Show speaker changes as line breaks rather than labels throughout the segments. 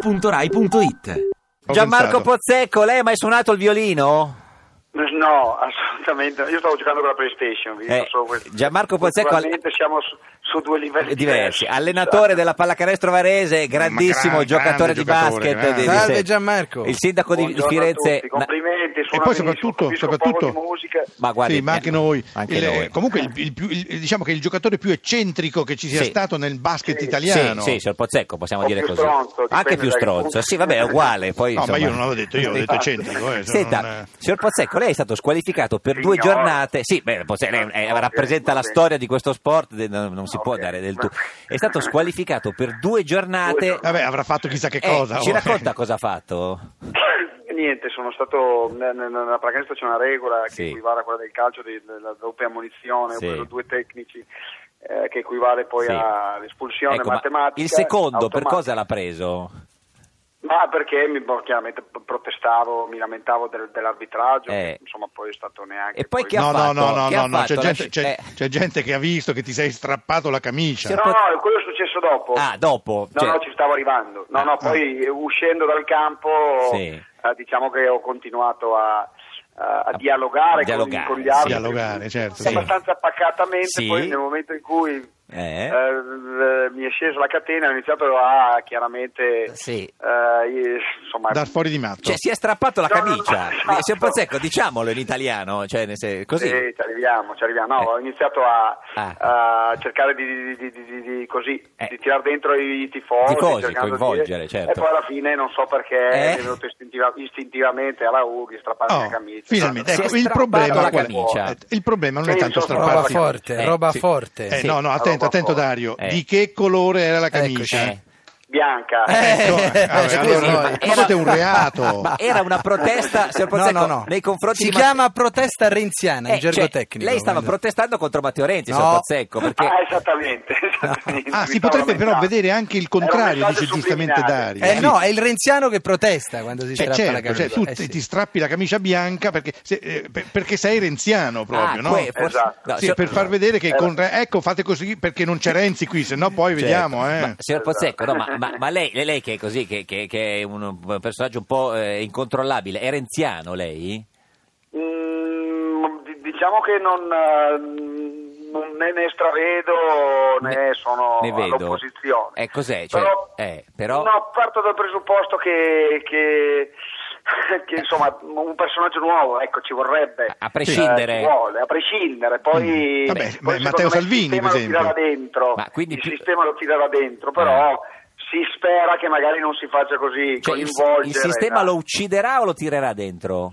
radio2pod.rai.it
Ho
Gianmarco
pensato.
Pozzecco, lei ha mai suonato il violino?
No, assolutamente. Io stavo giocando con la PlayStation. vi dico
Eh,
solo questo.
Gianmarco Pozzecco-
Naturalmente siamo su, su due livelli
Diversi, allenatore della pallacanestro varese, grandissimo
Esatto. grande,
giocatore di
giocatore,
basket.
grande.
di-
Salve
se-
Gianmarco.
Il sindaco di
Buongiorno a
Firenze.
tutti, Complimenti,
E
suona
poi
benissimo,
soprattutto,
capisco un po'
soprattutto
di musica.
Ma guardi,
sì, ma anche
eh,
noi.
anche
Il-
noi.
Comunque, il, il più- il- diciamo che il giocatore più eccentrico che ci sia
Sì.
stato nel basket
Sì.
italiano.
Sì, sì, signor Pozzecco, possiamo
O
dire
più
così.
stronzo, dipende
Anche più
dai
stronzo,
punti.
sì, vabbè, è uguale. Poi,
No,
insomma. Esatto.
ma io non l'avevo detto, io ho detto eccentrico. eh, se
Senta,
non-
signor Pozzecco, lei è stato squalificato per due
Signor.
giornate. Sì, beh, Pozzecco, lei eh,
Ok,
rappresenta la
va bene.
storia di questo sport, de- non non si
Ok,
può dare del
va
tu. È stato squalificato per due giornate.
Due
Vabbè, avrà fatto chissà che
Eh,
cosa.
Ci
oh,
racconta
eh.
cosa ha fatto?
Niente, sono stato n- n- nella pallacanestro c'è una regola che
Sì.
equivale a quella del calcio di- della doppia ammonizione,
Sì.
ovvero due tecnici eh, che equivale poi
Sì.
all'espulsione
Ecco, ma
matematica.
Il secondo per
automatica.
cosa l'ha preso?
Ma perché mi, boh, chiaramente p- protestavo, mi lamentavo del- dell'arbitraggio,
Eh.
che, insomma poi è stato neanche...
E poi chi ha
No, no,
fatto?
no, no,
Chi ha
no, no, c'è,
fatto?
gente,
Lasci-
c'è-
eh.
c'è gente che ha visto che ti sei strappato la camicia.
Sì,
No, no, quello è successo dopo.
Ah, dopo.
No,
cioè- Ah,
no, ci stavo arrivando. No, no, poi eh, uscendo dal campo
Sì.
eh, diciamo che ho continuato a, a- a dialogare, con-
dialogare,
con, gli altri.
sì. Dialogare, certo, sì.
Abbastanza pacatamente,
Sì.
poi nel momento in cui
Eh?
eh, mi è scesa la catena ho iniziato a chiaramente...
Sì.
eh, io- insomma,
Dar fuori di matto.
Cioè, si è strappato la
No, no, no,
camicia. Eh,
esatto.
Signor Pozzecco, diciamolo in italiano, cioè, nel sen- così.
Sì, ci arriviamo, ci arriviamo. No,
Eh.
ho iniziato a,
Ah.
a cercare di, di, di- di- di- così,
Eh.
di tirare dentro i tifosi,
Tifosi,
cercando di-
coinvolgere, certo.
E poi alla fine non so perché
Eh.
è venuto istintiva- istintivamente alla Ughi strappare
Oh,
la camicia.
finalmente,
Si è
ecco, il
strappato
problema,
la
qual è?
camicia.
Eh, il problema non è
Sì,
tanto
insomma,
Roba
strapparsi.
Guardi.
forte,
Eh,
roba
sì.
forte.
Eh,
Sì.
no, no, attento,
Roba
attento
forte.
Dario.
Eh.
Di che colore era la camicia?
Eh.
Bianca.
Ecco,
Eh,
eh, vabbè,
scusi,
allora,
ma
questo
era-
è un reato.
Ma era una protesta, signor
No,
Pozzecco,
no, no.
nei confronti
si
di...
chiama protesta renziana
Eh,
in gergo
cioè,
tecnico.
Lei stava
quindi.
protestando contro Matteo Renzi,
No.
signor Pozzecco, perché...
Ah, esattamente. esattamente,
Ah,
mi
si
stavo
potrebbe però
lamentando.
vedere anche il
Era
contrario,
un
dice
messaggio
giustamente
subliminale.
Dario.
Eh
Sì.
no, è il renziano che protesta quando si
Cioè,
strappa la
certo,
camicia.
cioè, tu
Eh,
te-
sì.
ti strappi la camicia bianca perché, se- eh, per- perché sei renziano proprio,
Ah,
no?
que- forse-
Esatto.
no, signor-
Sì,
Certo.
per far vedere che
Eh.
con- ecco fate così perché non c'è Renzi qui, se no poi
Certo.
vediamo. Eh.
Ma, signor Pozzecco, no,
Esatto.
ma, ma- ma lei, lei- lei che è così, che, che- che è un personaggio un po' eh, incontrollabile, è renziano lei? Eh.
Mm, di- diciamo che non... eh, non ne, ne stravedo né
Ne-
sono
ne vedo.
all'opposizione.
Eh, cos'è? Cioè, eh, però-
No, parto dal presupposto che, che- che, insomma un personaggio nuovo ecco, ci vorrebbe.
A prescindere.
Eh, ci vuole, a prescindere. Poi,
Mm. Vabbè,
poi
beh,
secondo
Matteo
me
Salvini,
il
per
sistema lo
esempio.
tirerà dentro,
Ma quindi
il
più- Eh.
sistema lo tirerà dentro, però... Si spera che magari non si faccia così,
Cioè, il,
coinvolgere.
il sistema
dai.
lo ucciderà o lo tirerà dentro?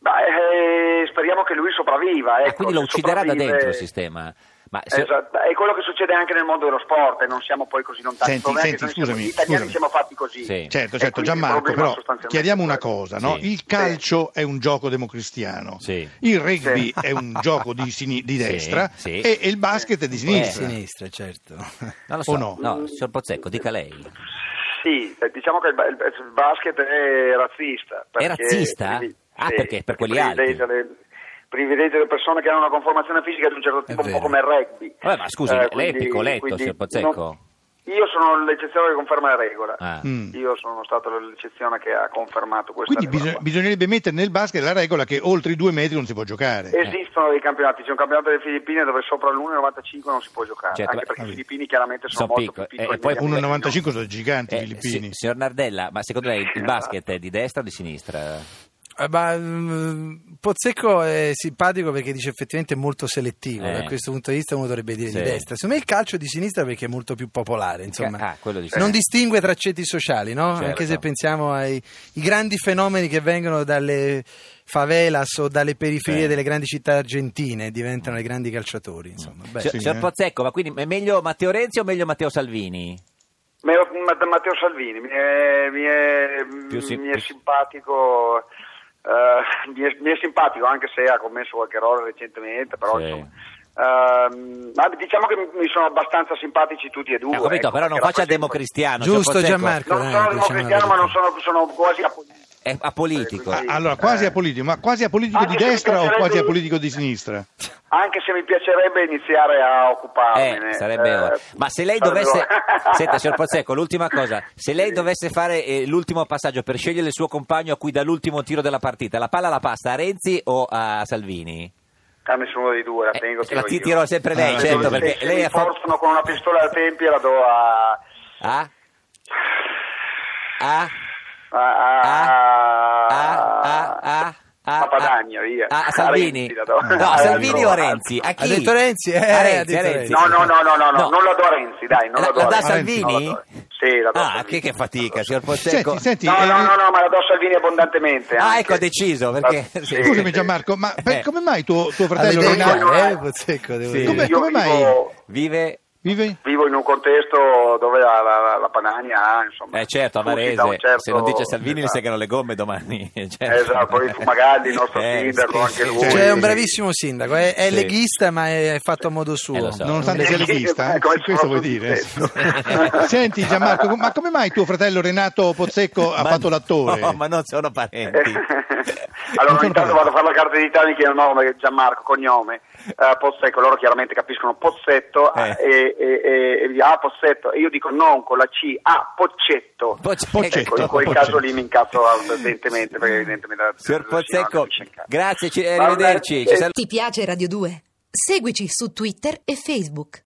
Beh, eh, speriamo che lui sopravviva.
Ah,
ecco,
quindi lo
se
ucciderà da
sopravvive-
dentro il sistema. Ma, signor-
Esatto, è quello che succede anche nel mondo dello sport, e non siamo poi così lontani.
Senti,
Secondo me
senti,
anche noi siamo-
scusami,
gli italiani
scusami.
siamo fatti così.
Sì.
Certo, certo,
E Eh, quindi il
Gianmarco,
problema
però
sostanzialmente
chiariamo
è
una
quello.
cosa, no?
Sì.
il calcio è un gioco democristiano,
Sì.
il rugby
Sì.
è un gioco di, sini- di
Sì,
destra
sì.
E, e il basket è di
Di
sinistra.
sinistra, certo.
non lo so,
o no?
signor Pozzecco, dica lei.
Sì, eh, diciamo che il, ba- il basket è razzista. perché-
razzista?
sì,
Ah,
sì,
perché per quelli
privilegia le- privilegia le persone che hanno una conformazione fisica di un certo tipo, un po'
vero.
come il rugby.
Vabbè, ma
Eh,
scusi, lei è piccoletto, signor Pozzecco.
non- io sono l'eccezione che conferma la regola.
Ah.
Mm.
Io sono stato l'eccezione che ha confermato questa
Quindi
regola
bisog-
qua.
bisognerebbe mettere nel basket la regola che oltre i due metri non si può giocare.
Eh, Esistono dei campionati, c'è un campionato delle Filippine dove sopra l'1,95 non si può giocare,
Certo, beh,
anche perché i
vabbè.
filippini chiaramente sono,
Sono
molto più
piccoli,
piccoli.
eh, e poi
degli americani.
1,95 sono giganti i
Eh,
filippini.
si- signor Nardella, ma secondo lei il basket è di destra o di sinistra?
Eh, ma, mm, Pozzecco è simpatico perché dice effettivamente è molto selettivo,
Eh.
da questo punto di vista uno dovrebbe dire
Sì.
di destra. Secondo me il calcio è di sinistra perché è molto più popolare, insomma.
Ah, quello di sinistra.
Non distingue tra ceti sociali, no?
Certo.
anche se pensiamo ai i grandi fenomeni che vengono dalle favelas o dalle periferie
Sì.
delle grandi città argentine e diventano i grandi calciatori. Insomma. Beh,
Signor-
sì,
signor
eh.
Pozzecco, ma quindi è meglio Matteo Renzi o meglio Matteo Salvini?
Meo- Ma- Matteo Salvini mi è, mi è-
Più sim-
mi è
più-
simpatico. eh, mi, è, mi è simpatico anche se ha commesso qualche errore recentemente, però
Sì.
insomma, ehm, ma diciamo che mi sono abbastanza simpatici tutti e due.
Ho capito,
ecco,
però non faccia
perché
Ah,
rappresentano-
democristiano.
Giusto
signor Pozzecco.
Gianmarco.
Non sono
Dai, diciamo la
democristiano, ma
verità.
non sono, sono quasi apologista.
È apolitico.
Eh,
Ah,
quindi-
allora, quasi
eh.
apolitico, ma quasi apolitico di
Anche se
destra o
piacerebbe-
quasi apolitico di sinistra?
Anche se mi piacerebbe iniziare a occuparmene.
Eh, sarebbe ora.
eh,
Ma se lei
sarebbe
dovesse.
ora.
Senta, signor Pozzecco, l'ultima cosa. Se lei
Sì.
dovesse fare eh, l'ultimo passaggio per scegliere il suo compagno a cui dà l'ultimo tiro della partita, la palla la passa a Renzi o a Salvini?
A nessuno dei due, la
Eh,
tengo
la
tiro
ti-
io.
tiro sempre lei,
Ah,
certo,
sì,
perché
se, se
lei
mi
ha fatto.
forzano con una pistola alla tempia la do a...
Ah? Ah?
a, a,
Ah? Ah? Ah? Ah?
a Padagno, io.
Ah, a
A
Salvini?
Renzi la do.
No, a
Ah,
Salvini
Renzi.
o a Renzi? A chi?
Ha detto Renzi, eh,
A
ha
Renzi,
detto
a Renzi.
Renzi.
No, no, no, no, no, no, non la do a Renzi, dai, non la, do
La,
a
dà
Renzi.
Salvini?
No, la do- Sì, la do a
Ah,
Salvini.
che, che fatica, signor
Senti,
Pozzecco.
senti,
No,
eh,
no, no, no, ma la do a Salvini abbondantemente.
Ah,
anche.
ecco, ha deciso, perché-
Ah,
sì.
Scusami
sì.
Gianmarco, ma per-
Eh.
come mai tuo, tuo
Alle
fratello
idee
Renzi-
Leonardo
chiare, eh, Pozzecco, devo
Sì.
dire.
Come-
Io
come mai-
vivo-
Vive.
vive?
Vivo in un contesto dove la, la, la Padania ha, insomma...
Eh certo, a Varese,
suscita un certo-
se non dice Salvini le
Esatto.
segano le gomme domani. certo.
Esatto, poi Fumagalli, il nostro
Eh,
sindaco, anche lui.
Cioè,
Sì,
è un
sì.
bravissimo sindaco, è, è
Sì.
leghista ma è fatto a modo suo.
Eh, lo so.
Nonostante sia
Sì,
leghista, eh,
come
questo
sono
vuoi dire?
successo.
Senti Gianmarco, com- ma come mai tuo fratello Renato Pozzecco Ecco, ha
Ma-
fatto l'attore?
No, ma non sono parenti.
allora,
Non
ogni tanto
sono
vado a fare la carta d'identità, mi chiedono nome, Gianmarco, cognome, eh, Pozzetto, loro chiaramente capiscono Pozzetto,
Eh.
e, e, e- e mi- ah, Pozzetto, e io dico non con la C, ah, Poccetto.
Pozz-
Poccetto,
Ecco, in quel
Poccetto.
caso lì mi incazzo ardentemente, perché evidentemente... la-
Signor
la signora
Pozzecco,
non capisce un cazzo.
grazie, ci-
Vabbè,
arrivederci. Ci
eh,
sal-
Ti piace Radio 2? Seguici su Twitter e Facebook.